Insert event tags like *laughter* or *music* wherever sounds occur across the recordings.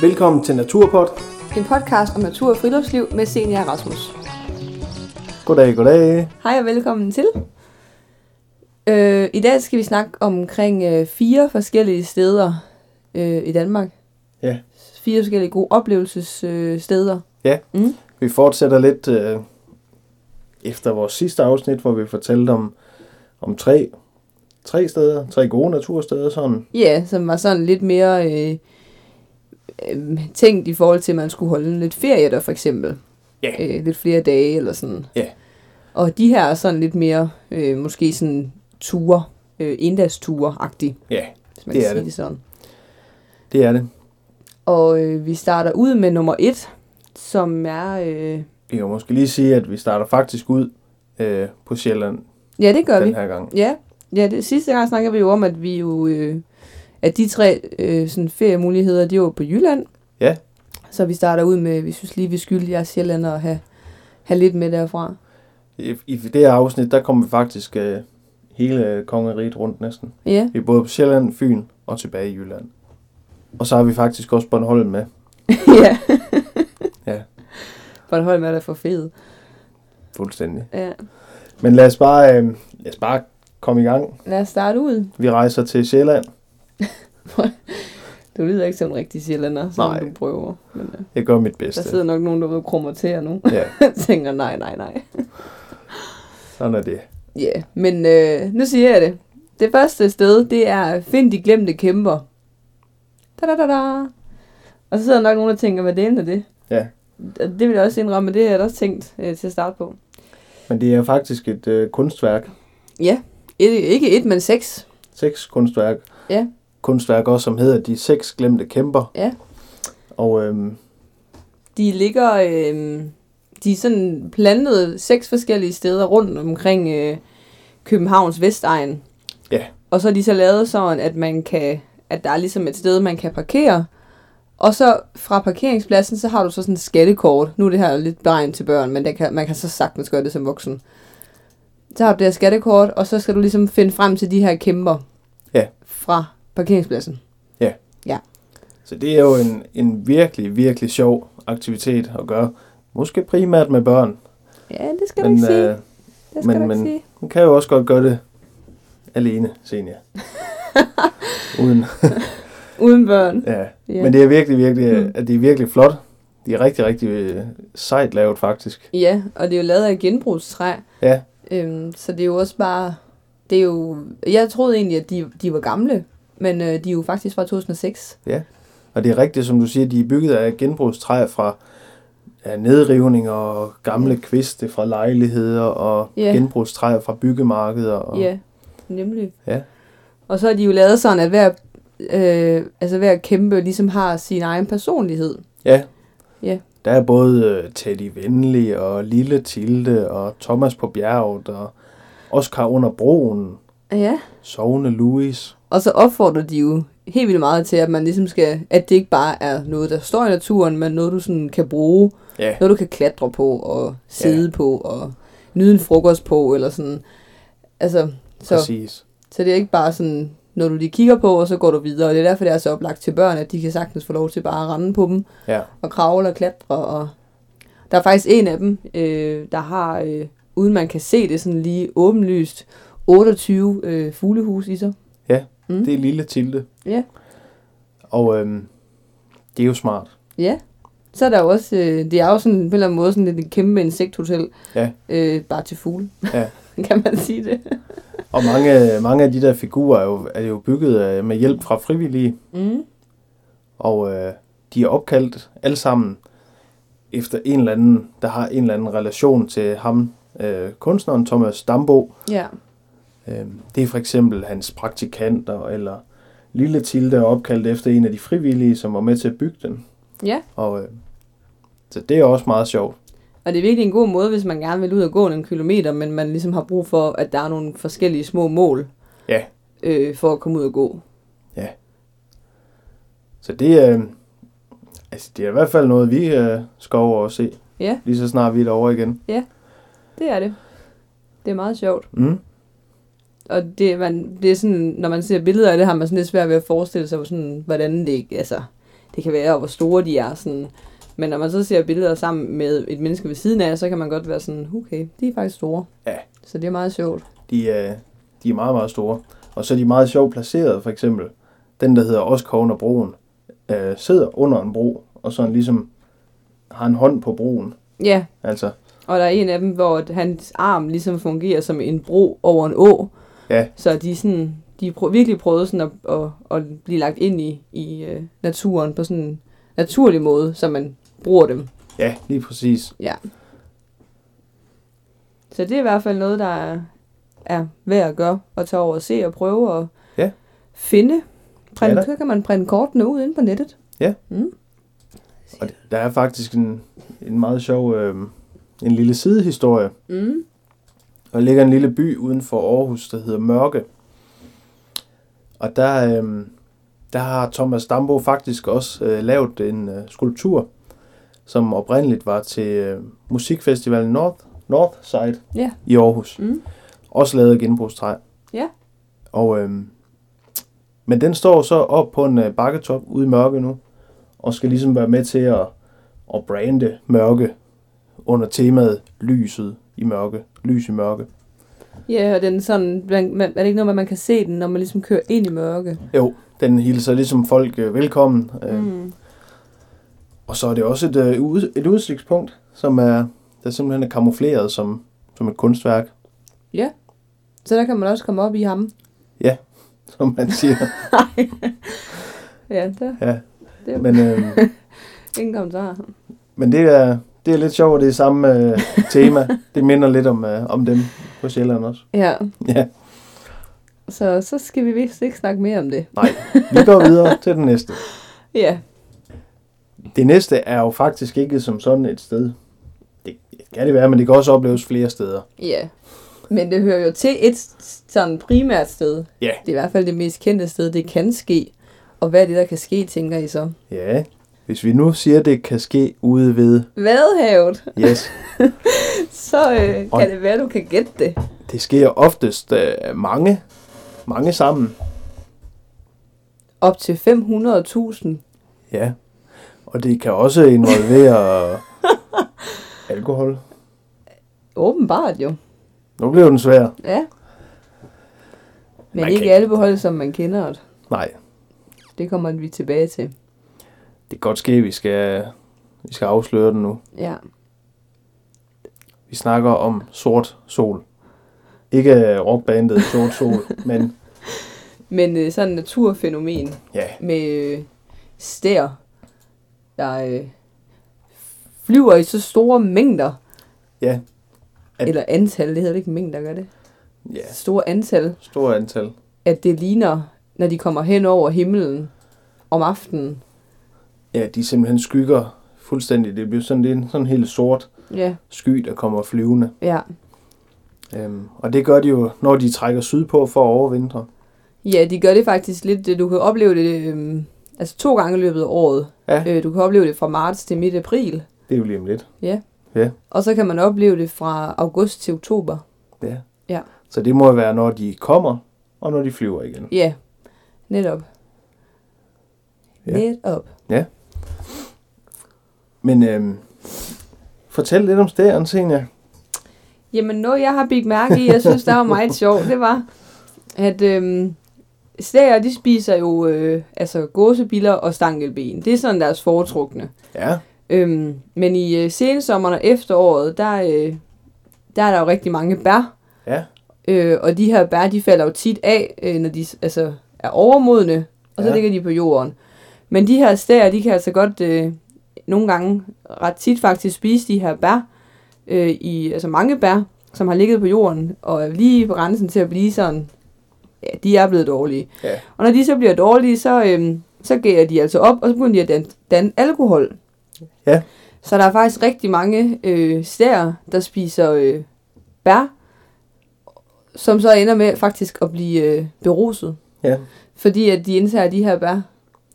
Velkommen til Naturpod. En podcast om natur og friluftsliv med Senior Rasmus. Goddag, goddag. Hej og velkommen til. Øh, I dag skal vi snakke omkring øh, fire forskellige steder øh, i Danmark. Ja. Fire forskellige gode oplevelsessteder. Øh, steder. Mm? Vi fortsætter lidt øh, efter vores sidste afsnit, hvor vi fortalte om, om tre, tre steder, tre gode natursteder sådan. ja, som var sådan lidt mere øh, øh, tænkt i forhold til, at man skulle holde lidt ferie der for eksempel. Ja. Øh, lidt flere dage eller sådan. Ja. Og de her er sådan lidt mere, øh, måske sådan ture, øh, inddagsture-agtige, Ja, hvis man Det kan er sige det. det sådan. det er det. Og øh, vi starter ud med nummer et, som er... Øh, Vi kan måske lige sige, at vi starter faktisk ud øh, på Sjælland ja, det gør vi. den her gang. Ja, ja det, sidste gang snakkede vi jo om, at vi jo... Øh, at de tre øh, sådan feriemuligheder, de var på Jylland. Ja. Så vi starter ud med, vi synes lige, vi skylder jer Sjælland at have, have lidt med derfra. I, I det her afsnit, der kom vi faktisk øh, hele kongeriget rundt næsten. Ja, Vi er både på Sjælland, Fyn og tilbage i Jylland. Og så har vi faktisk også Bornholm med. *laughs* ja. Ja. Bornholm er da for fed. Fuldstændig. Ja. Men lad os bare, øh, lad os bare komme i gang. Lad os starte ud. Vi rejser til Sjælland. Du lyder ikke som en rigtig sjællander, som Nej. du prøver. Men, øh, Jeg gør mit der bedste. sidder nok nogen derude og krummer til nu. *laughs* Ja, tænker, nej, nej, nej. sådan er det. Ja, yeah, men øh, nu siger jeg det. Det første sted, det er Find de glemte kæmper. Da, da, da, da. Og så sidder nok nogen og tænker, hvad delen er det? Ja. Og det vil jeg også indrømme, og det har jeg da også tænkt øh, til at starte på. Men det er faktisk et øh, kunstværk. Ja, et, ikke et, men seks. Seks kunstværk. Ja. Kunstværk også, som hedder De Seks Glemte Kæmper. Ja. Og øhm, De ligger, øh, de er sådan plantet seks forskellige steder rundt omkring øh, Københavns Vestegn. Ja. Og så er de så lavet sådan, at man kan, at der er ligesom et sted, man kan parkere. Og så fra parkeringspladsen, så har du så sådan et skattekort. Nu er det her lidt beregnet til børn, men det kan, man kan så sagtens gøre det som voksen. Så har du det her skattekort, og så skal du ligesom finde frem til de her kæmper. Ja. Fra parkeringspladsen. så det er jo en, en virkelig, virkelig sjov aktivitet at gøre. Måske primært med børn. Ja, det skal men du ikke sige. øh, Det skal men- du ikke men- sige. hun kan jo også godt gøre det alene, *laughs* senior. Uden, Uden børn. ja. Ja. Men det er virkelig, virkelig, øh, Mm. at det er virkelig flot. De er rigtig, rigtig øh, sejt lavet faktisk. Ja, og det er jo lavet af genbrugstræ. Ja. Øhm, så det er jo også bare... Det er jo, jeg troede egentlig, at de, de var gamle, men øh, de er jo faktisk fra 2006. Og det er rigtigt, som du siger, de er bygget af genbrugstræ fra ja, nedrivninger og gamle kviste fra lejligheder og Ja. genbrugstræ fra byggemarkeder. Og, Ja, nemlig. Ja. Og så er de jo lavet sådan, at hver, øh, altså hver kæmpe ligesom har sin egen personlighed. ja. Ja. Der er både øh, Teddy Venlig og Lille Tilde og Thomas på bjerget og Oscar under broen, Ja. Sovende Louis. Og så opfordrer de jo helt vildt meget til, at man ligesom skal, at det ikke bare er noget, der står i naturen, men noget, du sådan kan bruge, Ja, Noget, du kan klatre på og sidde ja. på og nyde en frokost på, eller sådan. Altså, så, præcis. så det er ikke bare sådan, når du lige kigger på, og så går du videre. Og det er derfor, det er så oplagt til børn, at de kan sagtens få lov til bare at rende på dem, Ja. og kravle og klatre. Og der er faktisk en af dem, øh, der har, øh, uden man kan se det sådan lige åbenlyst, 28 øh, fuglehus i sig. Mm. Det er Lille Tilde. Ja. Og øhm, det er jo smart. Ja. Så er der jo også, øh, det er jo sådan, på en eller anden måde sådan lidt et kæmpe insekthotel, Ja. øh, bare til fugle. Ja. *laughs* kan man sige det? Og mange, mange af de der figurer er jo, er jo bygget øh, med hjælp fra frivillige, Mm. og øh, de er opkaldt alle sammen efter en eller anden, der har en eller anden relation til ham, øh, kunstneren Thomas Dambo. Ja, Øh, det er for eksempel hans praktikanter, eller Lille Tilde er opkaldt efter en af de frivillige, som var med til at bygge den. Ja. Og, øh, så det er også meget sjovt. og det er virkelig en god måde, hvis man gerne vil ud og gå nogle kilometer, men man ligesom har brug for, at der er nogle forskellige små mål Ja. øh, for at komme ud og gå. Så det, øh, altså, det er i hvert fald noget, vi øh, skal over og se, Ja, lige så snart vi er derovre igen. det er det. Det er meget sjovt. Mm. Og det, man, det er sådan, når man ser billeder af det, har man sådan lidt svært ved at forestille sig, sådan, hvordan det ikke, altså, det kan være, og hvor store de er. Sådan. Men når man så ser billeder sammen med et menneske ved siden af, så kan man godt være sådan, okay, de er faktisk store. Ja. Så det er meget sjovt. De er, de er meget, meget store. Og så er de meget sjovt placeret, for eksempel. Den, der hedder Oskoven og broen, øh, sidder under en bro, og sådan ligesom har en hånd på broen. Ja, Altså, og der er en af dem, hvor at hans arm ligesom fungerer som en bro over en å. ja, Så de, er sådan, de prø- virkelig prøvede sådan at, at, at blive lagt ind i, i øh, naturen på sådan en naturlig måde, så man bruger dem. ja, lige præcis. Ja. Så det er i hvert fald noget, der er, er værd at gøre, og tage over og se og prøve og Ja. finde. Ja Print, da. så kan man printe kortene ud inde på nettet. Mm. Og der er faktisk en, en meget sjov, øh, en lille sidehistorie. Mm. Og der ligger en lille by uden for Aarhus, der hedder Mørke. Og der, øh, der har Thomas Dambo faktisk også øh, lavet en øh, skulptur, som oprindeligt var til øh, musikfestivalen North, Northside Ja. i Aarhus. Mm. Også lavet af genbrugstræ. Ja. Og, øh, men den står så op på en øh, bakketop ude i Mørke nu, og skal ligesom være med til at, at brande Mørke under temaet lyset i mørke, lys i mørke. Ja, og den sådan, man, man, er det ikke noget med, at man kan se den, når man ligesom kører ind i mørke? Jo, den hilser ligesom folk øh, velkommen. Øh, mm. Mm. Og så er det også et, øh, ud, et udsigtspunkt, som er, der simpelthen er kamufleret som, som et kunstværk, *laughs* Så der kan man også komme op i ham. som man siger. Ja, der ja. Det er- Men, øh, ingen kommentar. men det, er, det er lidt sjovt, at det er samme øh, tema. Det minder lidt om, øh, om dem på Sjælland også. *laughs* Ja, Ja, så, så skal vi vist ikke snakke mere om det. nej. Vi går videre til den næste. Ja, Det næste er jo faktisk ikke som sådan et sted. Det kan det være, men det kan også opleves flere steder. ja. Men det hører jo til et sådan primært sted. Ja. Det er i hvert fald det mest kendte sted, det kan ske. Og hvad er det, der kan ske, tænker I så? Ja, hvis vi nu siger, at det kan ske ude ved, Vadehavet, *laughs* yes, så øh, Og- kan det være, du kan gætte det. det sker oftest øh, mange, mange sammen. Op til 500.000. Ja, og det kan også involvere alkohol. Åbenbart jo. Nu blev den svær. Ja. Men Man ikke kan- alkohol, som man kender det. Nej, Det kommer vi tilbage til. det kan godt ske, at vi skal, vi skal afsløre den nu. Ja. Vi snakker om sort sol. Ikke øh, rockbandet Sort Sol, men Men øh, sådan et naturfænomen ja, med øh, stær, der øh, flyver i så store mængder. ja, At- Eller antal, det hedder det ikke mængder, gør det? ja, Store antal. stort antal. at det ligner, når de kommer hen over himlen om aftenen. Ja, de simpelthen skygger fuldstændig. Det bliver sådan, det er en sådan helt sort Ja. sky, der kommer flyvende. Ja, Øhm, og det gør de jo, når de trækker sydpå for at overvintre. ja de gør det faktisk lidt. øh, Du kan opleve det øhm, altså to gange i løbet af året. Ja. Øh, du kan opleve det fra marts til midt april. Det er jo lige om lidt. Og så kan man opleve det fra august til oktober. Ja. Ja. Så det må være, når de kommer, og når de flyver igen. Ja, netop. Ja. Netop. Men øhm, fortæl lidt om stæren, Senja. Jamen noget, jeg har bidt mærke i, jeg synes, der var meget sjovt, det var, at øhm, stæger, de spiser jo øh, altså gåsebiller og stankelben. Det er sådan deres foretrukne. Ja. Øhm, men i øh, sensommeren og efteråret, der, øh, der er der jo rigtig mange bær. Ja. Øh, og de her bær, de falder jo tit af, øh, når de altså, er overmodne, og så Ja. ja. ligger de på jorden. Men de her stær, de kan altså godt øh, nogle gange, ret tit faktisk, spise de her bær, øh, i, altså mange bær, som har ligget på jorden, og er lige på grænsen til at blive sådan, ja, de er blevet dårlige. Ja. Og når de så bliver dårlige, så, øhm, så gærer de altså op, og så begynder de at danne, danne alkohol. Ja. Så der er faktisk rigtig mange øh, stær, der spiser øh, bær, som så ender med faktisk at blive øh, beruset. Ja. Fordi at de indtager de her bær.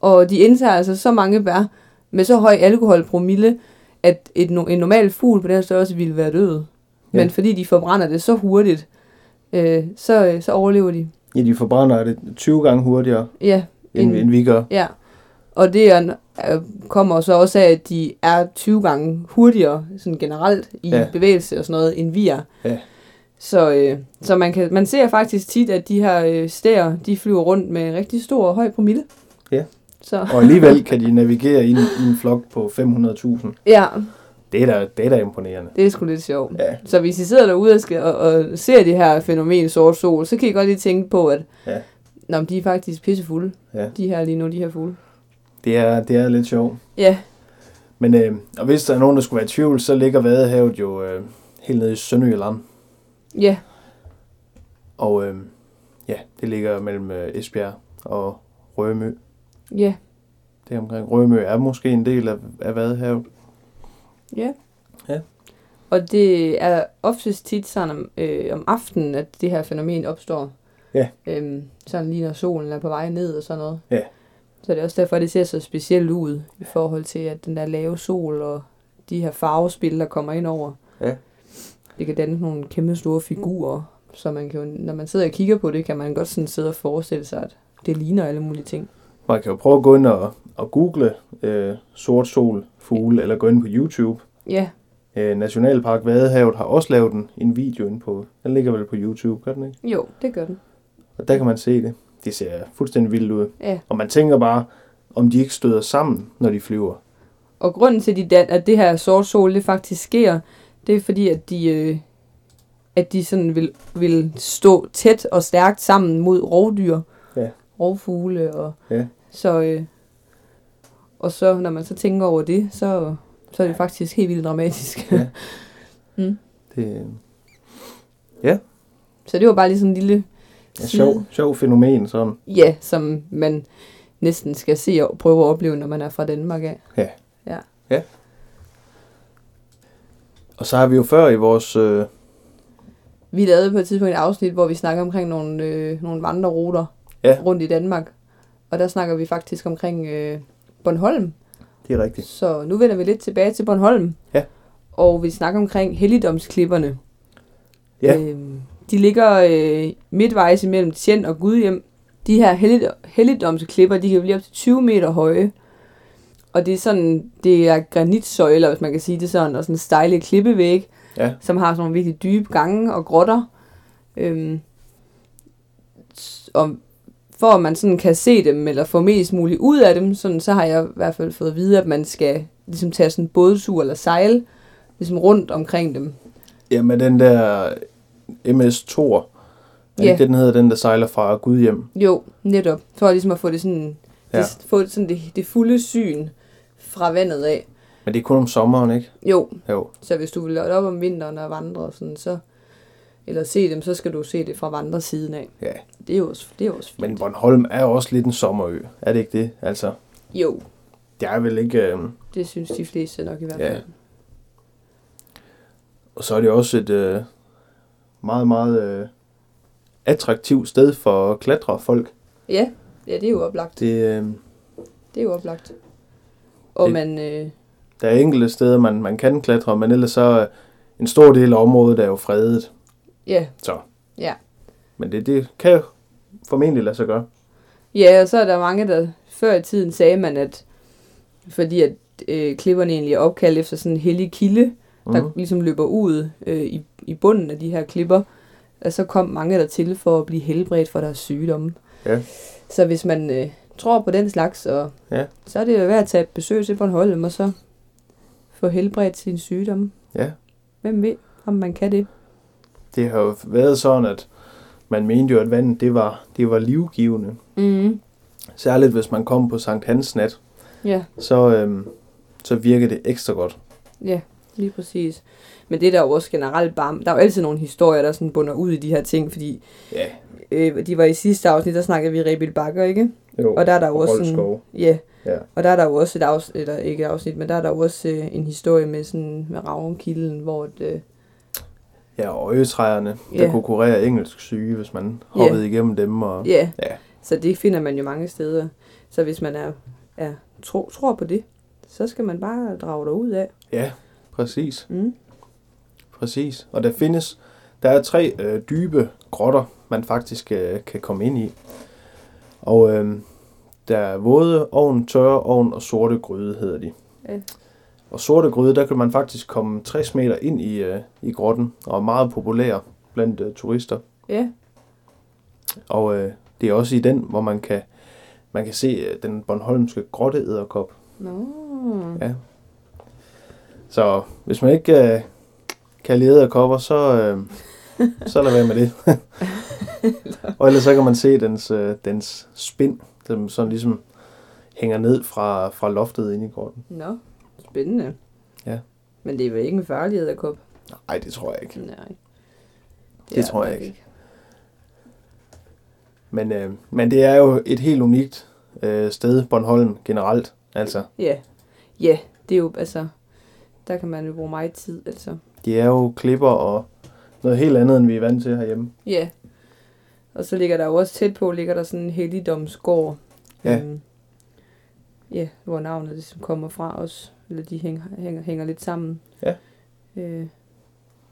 Og de indtager altså så mange bær med så høj alkoholpromille, at et, no- en normal fugl på den her størrelse ville være død. Ja. Men fordi de forbrænder det så hurtigt, øh, så, øh, så overlever de. ja, de forbrænder det 20 gange hurtigere, Ja, end, Mm. end vi gør. ja. Og det er, øh, kommer så også af, at de er 20 gange hurtigere sådan generelt i Ja. ja. bevægelse og sådan noget, end vi er. Ja. Så, øh, så man, kan, man ser faktisk tit, at de her øh, stæer, de flyver rundt med rigtig stor og høj promille. Ja. Så, Og alligevel kan de navigere i en, i en flok på 500.000. ja, Det er da, det er da imponerende. det er sgu lidt sjovt. Ja, Så hvis I sidder derude og, skal, og, og ser det her fænomen sort sol, så kan I godt lige tænke på, at Ja. Nå, men de er faktisk pissefulde, Ja. de her lige nu, de her fugle. det er, det er lidt sjovt. Ja, Men øh, og hvis der er nogen, der skulle være i tvivl, så ligger Vadehavet jo øh, helt nede i Sønderjylland. ja, Og øh, ja, det ligger mellem øh, Esbjerg og Rømø. ja, Det er omkring Rømø er måske en del af, af Vadehavet. ja. Ja. Og det er oftest tit sådan om, øh, om aftenen, at det her fænomen opstår. Ja. Øhm, sådan lige når solen er på vej ned og sådan noget. Ja. Så det er også derfor, at det ser så specielt ud i forhold til, at den der lave sol og de her farvespil, der kommer ind over. Ja. Det kan danne nogle kæmpe store figurer, så man kan jo, når man sidder og kigger på det, kan man godt sådan sidde og forestille sig, at det ligner alle mulige ting. Man kan jo prøve at gå ind og, og google øh, sort sol fugle, eller gå ind på YouTube. Ja, Øh, Nationalpark Vadehavet har også lavet en, en video inde på. Den ligger vel på YouTube, gør den ikke? jo, det gør den. Og der kan man se det. Det ser fuldstændig vildt ud. Ja. Og man tænker bare, om de ikke støder sammen, når de flyver. Og grunden til, de dan- at det her sort sol, det faktisk sker, det er fordi, at de, øh, at de sådan vil, vil stå tæt og stærkt sammen mod rovdyr. Ja. Rovfugle og... Ja. Så, øh, og så, når man så tænker over det, så, så er det faktisk helt vildt dramatisk. Ja. Ja. Det *laughs* så det var bare lige sådan en lille er et sjov, sjov fænomen sådan. ja, som man næsten skal se og prøve at opleve, når man er fra Danmark af. Og så har vi jo før i vores... Øh, Vi lavede på et tidspunkt et afsnit, hvor vi snakker omkring nogle, øh, nogle vandreruter Ja. rundt i Danmark. Og der snakker vi faktisk omkring øh, Bornholm. det er rigtigt. Så nu vender vi lidt tilbage til Bornholm. Ja. Og vi snakker omkring Helligdomsklipperne. Ja. Øhm, de ligger øh, midtvejs imellem Tjen og Gudhjem. De her hellig, helligdomsklipper, de kan blive op til 20 meter høje. Og det er sådan, det er granitsøjler, hvis man kan sige det sådan, og sådan stejle klippevæg Ja, som har sådan nogle virkelig dybe gange og grotter. Øhm, s- og for at man sådan kan se dem, eller få mest muligt ud af dem, sådan, så har jeg i hvert fald fået at vide, at man skal ligesom tage sådan en bådetur eller sejle ligesom rundt omkring dem. ja med den der MS Thor. Er Ja. yeah. det den hedder, den der sejler fra Gudhjem? Jo, netop. For ligesom at få det sådan, Ja. ja. det, få det, sådan det, det fulde syn fra vandet af. Men det er kun om sommeren, ikke? Jo, Jo, så hvis du vil op om vinteren og vandre sådan, så eller se dem, så skal du se det fra vandresiden af. ja. Det er jo også, det er jo også fint. Men Bornholm er også lidt en sommerø. Er det ikke det? Altså, Jo, det er vel ikke... Øh... Det synes de fleste nok i hvert Ja. fald. Og så er det også et øh, meget, meget øh, attraktivt sted for klatrefolk. Ja. ja, ja, det er jo oplagt. Det, øh, Det er jo oplagt. Og Det- det. man, øh, der er enkelte steder, man, man kan klatre, men ellers så øh, en stor del af området er jo fredet. ja, Så. Ja. Men det, det kan jo formentlig lade sig gøre. ja, og så er der mange, der før i tiden sagde man, at fordi at øh, klipperne egentlig er opkaldt efter sådan en hellig kilde, mm. Mhm. der ligesom løber ud øh, i, i bunden af de her klipper, og så kom mange dertil for at blive helbredt for deres sygdomme. Ja. Så hvis man øh, tror på den slags, og, Ja. så er det jo værd at tage et besøg til Bornholm, og så få helbredt sin sygdomme. Ja, Hvem ved, om man kan det? det har jo været sådan, at man mente jo, at vandet det var, det var livgivende. Mm-hmm. Mm. Særligt hvis man kom på Sankt Hans nat, Ja, så, øhm, så virker det ekstra godt. ja, lige præcis. Men det der er jo også generelt bare... Der er jo altid nogle historier, der sådan bunder ud i de her ting, fordi Ja, øh, de var i sidste afsnit, der snakkede vi Rebild Bakker, ikke? jo. Og der er der jo også sådan, Roldskov. ja, Ja. og der er der jo også et afsnit, eller ikke et afsnit, men der er der jo også øh, en historie med sådan med Ravnkilden, hvor et, øh, ja, og øgetræerne, der Ja. kunne kurere engelsk syge, hvis man hoppede igennem dem. Og, ja, Ja. så det finder man jo mange steder. Så hvis man er, er tro, tror på det, så skal man bare drage derud af. ja, præcis, Mm. præcis. Og der findes, der er tre øh, dybe grotter, man faktisk øh, kan komme ind i. Og øh, Der er våde ovn, tørre ovn og sorte gryde hedder de. Ja. Og sorte gryde, der kan man faktisk komme 60 meter ind i, øh, i grotten og er meget populær blandt øh, turister. Ja. Og øh, det er også i den, hvor man kan, man kan se øh, den Bornholmske grotteæderkop. Nå. Ja. Så hvis man ikke øh, kan lide æderkopper, så, øh, så lad være med det. og ellers så kan man se dens, øh, dens spind, som sådan ligesom hænger ned fra, fra loftet inde i grotten. Nå. Spændende. Ja. Men det er vel ikke en farlig æderkop? Nej, det tror jeg ikke. Nej. Det tror jeg ikke. Men, øh, men det er jo et helt unikt øh, sted, Bornholm generelt. Altså, Ja. Ja, det er jo, altså, der kan man jo bruge meget tid, altså. de er jo klipper og noget helt andet, end vi er vant til herhjemme. Ja. Og så ligger der jo også tæt på, ligger der sådan en helligdomsgård. Ja. Øhm, ja, hvor navnet ligesom kommer fra os. Eller de hænger, hænger, hænger lidt sammen. Ja. Øh,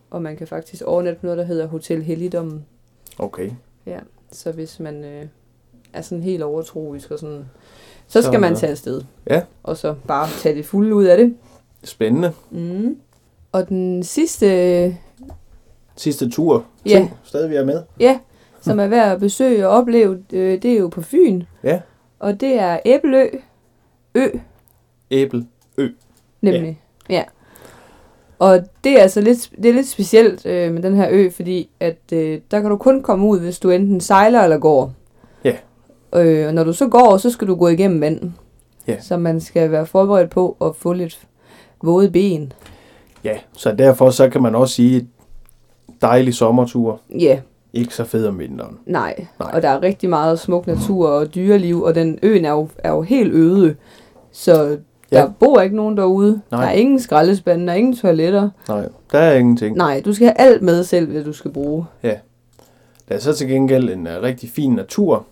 og man kan faktisk overnatte på noget, der hedder Hotel Helligdommen. Okay. Så hvis man øh, er sådan helt overtroisk og sådan, så skal Så- så, man tage afsted. Ja. Og så bare tage det fulde ud af det. Spændende. Mm. Og den sidste øh, Sidste tur. Ja. To steder, vi er med. Ja, som er værd at besøge og opleve, øh, det er jo på Fyn. Ja. Og det er Æbelø. Ø, Æble. nemlig. Ja. ja. Og det er altså lidt, det er lidt specielt øh, med den her ø, fordi at øh, der kan du kun komme ud, hvis du enten sejler eller går. Ja. Øh, og når du så går, så skal du gå igennem vand. Ja. Så man skal være forberedt på at få lidt våde ben. Ja, så derfor så kan man også sige, dejlig sommertur. Ja, Ikke så fed om vinteren. nej. Nej. Og der er rigtig meget smuk natur og dyreliv, og den øen er jo, er jo helt øde. Så der Ja. bor ikke nogen derude. Nej. Der er ingen skraldespande, der er ingen toiletter. Nej, der er ingenting. Nej, du skal have alt med selv, hvad du skal bruge. Der er så til gengæld en uh, rigtig fin natur,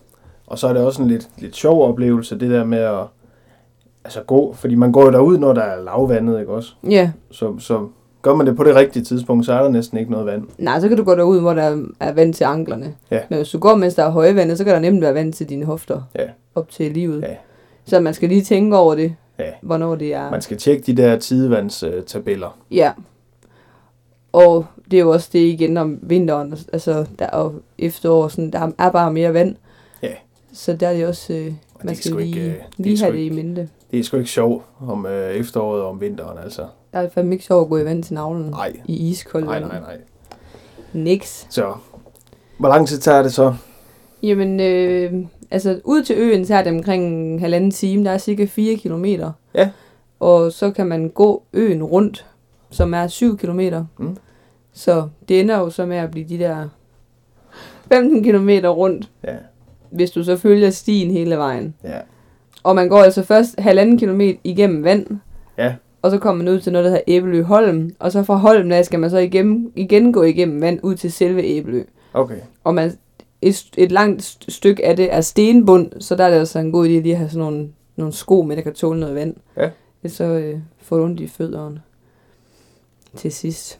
og så er det også en lidt, lidt sjov oplevelse, det der med at altså gå, fordi man går jo derud, når der er lavvandet, ikke også? Ja, Så, så gør man det på det rigtige tidspunkt, så er der næsten ikke noget vand. nej, så kan du gå derud, hvor der er vand til anklerne. Ja. Men hvis du går, mens der er højvandet, så kan der nemt være vand til dine hofter Ja. op til livet. Ja. Så man skal lige tænke over det, Ja. hvornår det er. Man skal tjekke de der tidevandstabeller. Ja. Og det er jo også det igen om vinteren, altså der og efterår, sådan, der er bare mere vand. Ja. Så der er det også, øh, Og det er man skal sgu ikke, lige, øh, det er ikke, lige sgu have det i ikke- mente. Det er sgu ikke sjovt om øh, efteråret og om vinteren, altså. Der er fandme ikke sjovt at gå i vand til navlen. Nej. I iskold Nej, vand. nej, nej. Niks. Så, hvor lang tid tager det så? Jamen, øh, altså ud til øen tager det omkring en halvanden time. Der er cirka 4 kilometer. Ja. Og så kan man gå øen rundt, som er 7 kilometer. Mm. Så det ender jo så med at blive de der 15 kilometer rundt, Ja, hvis du så følger stien hele vejen. ja. Og man går altså først halvanden kilometer igennem vand. Ja. Og så kommer man ud til noget, der hedder Æbelø Holm. Og så fra Holm af skal man så igen, igen gå igennem vand ud til selve Æbelø. Okay. Og man, et, et langt st- stykke af det er stenbund, så der er det altså en god idé lige at have sådan nogle, nogle sko med, der kan tåle noget vand. Ja. Ellers så øh, får du ondt i fødderne til sidst.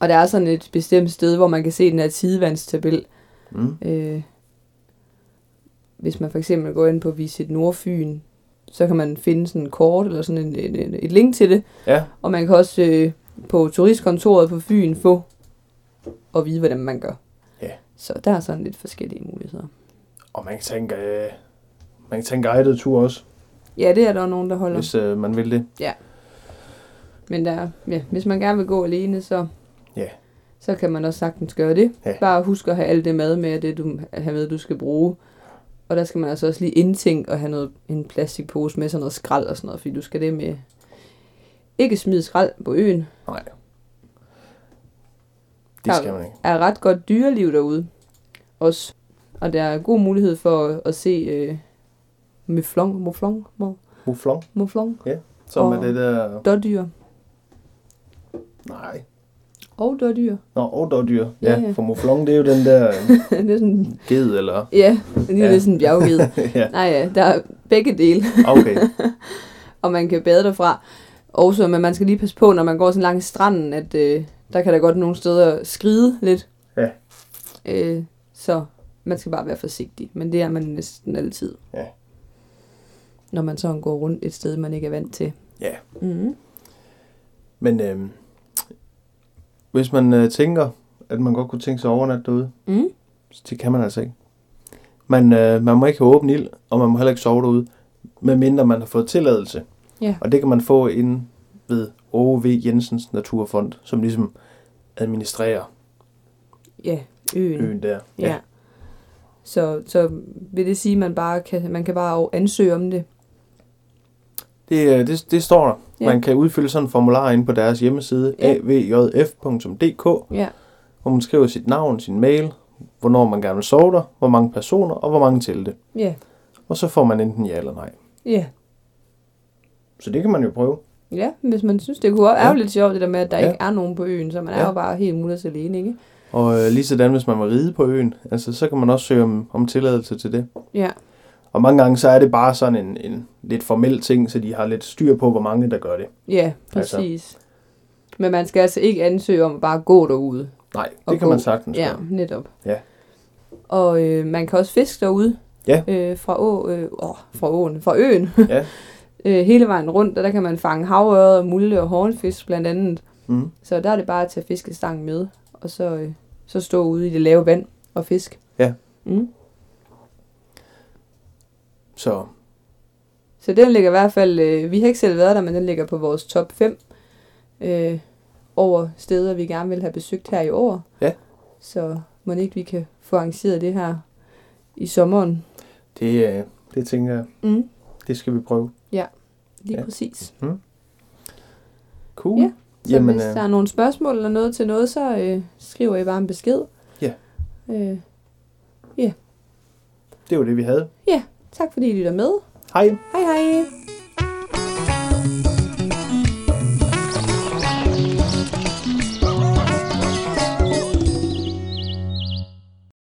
Og der er sådan et bestemt sted, hvor man kan se den her tidevandstabel. Mm. Øh, hvis man for eksempel går ind på Visit Nordfyn, så kan man finde sådan en kort eller sådan en, en, en, et link til det. Ja, Og man kan også øh, på turistkontoret på Fyn få og vide, hvordan man gør. Ja. Så der er sådan lidt forskellige muligheder. og man kan tænke, øh, man kan tænke guided tur også, Ja, det er der jo nogen, der holder. Hvis... hvis øh, man vil det. Men der, er- ja, hvis man gerne vil gå alene, så, Ja. så kan man også sagtens gøre det. Ja. Bare husk at have alt det mad med, og det du, have med, du skal bruge. Og der skal man altså også lige indtænke og have noget, en plastikpose med sådan noget skrald og sådan noget, fordi du skal det med ikke smide skrald på øen. Nej. Det Ja. skal man ikke. er ret godt dyreliv derude også. Og der er god mulighed for at, at se øh, muflon, muflon, mu- Muflon, muflon, som Og- er det der... dårdyr Nej. og *laughs* dårdyr. Nå, overdårdyr. Ja, Ja, ja, ja. for muflon, det er jo den der øh, det er sådan, ged, *laughs* eller... ja, en lille Ja. ja. sådan bjergged. ja, Nej, ja, der er begge dele, okay. og man kan bade derfra. Også, men man skal lige passe på, når man går sådan langs stranden, at øh, der kan der godt nogle steder skride lidt. Ja. Øh, så man skal bare være forsigtig, men det er man næsten altid. når man sådan går rundt et sted, man ikke er vant til. Ja. Mm. Men øh, hvis man øh, tænker, at man godt kunne tænke sig at overnatte derude, Mm. så det kan man altså ikke. Man, øh, man må ikke have åben ild, og man må heller ikke sove derude, medmindre man har fået tilladelse. Ja. Og det kan man få inde ved OV Jensens Naturfond, som ligesom administrerer Ja, øen. øen der. Mm. Ja. ja. Så, så vil det sige, at man, bare kan, man kan bare ansøge om det? Det, øh, det, det står der. Ja. Man kan udfylde sådan en formular inde på deres hjemmeside, Ja. avjf.dk, Ja. hvor man skriver sit navn, sin mail, hvornår man gerne vil sove der, hvor mange personer og hvor mange telte. Ja. Og så får man enten ja eller nej. Ja. Så det kan man jo prøve. Ja, hvis man synes, det kunne også, er jo Ja. lidt sjovt, det der med, at der Ja. ja. ikke er nogen på øen, så man er Ja. jo bare helt mutters alene, ikke? Og øh, lige sådan, hvis man vil ride på øen, altså, så kan man også søge om, om tilladelse til det. Ja, Og mange gange, så er det bare sådan en, en lidt formel ting, så de har lidt styr på, hvor mange der gør det. ja Altså. præcis. Altså. Men man skal altså ikke ansøge om at bare gå derude. Nej, det Og kan man gå. sagtens Ja, gøre. netop. Ja. Og øh, man kan også fiske derude. Ja. Øh, fra, å, øh, åh, fra åen, fra øen. *laughs* Ja. øh, hele vejen rundt, og der kan man fange havørred og mulde og hornfisk blandt andet. Mm. Så der er det bare at tage fiskestangen med, og så, øh, så stå ude i det lave vand og fisk. Ja. Mm. Så Så den ligger i hvert fald, øh, vi har ikke selv været der, men den ligger på vores top 5 øh, over steder, vi gerne vil have besøgt her i år. Ja. Så må ikke vi kan få arrangeret det her i sommeren. det, øh, det tænker jeg, Mm. det skal vi prøve. Lige Ja. ja. præcis. Cool. Ja, Så Jamen, Jamen, hvis øh, der er nogle spørgsmål eller noget til noget, så øh, skriver I bare en besked. Ja. Øh, det var det, vi havde. tak fordi I lytter med. Hej. Hej hej!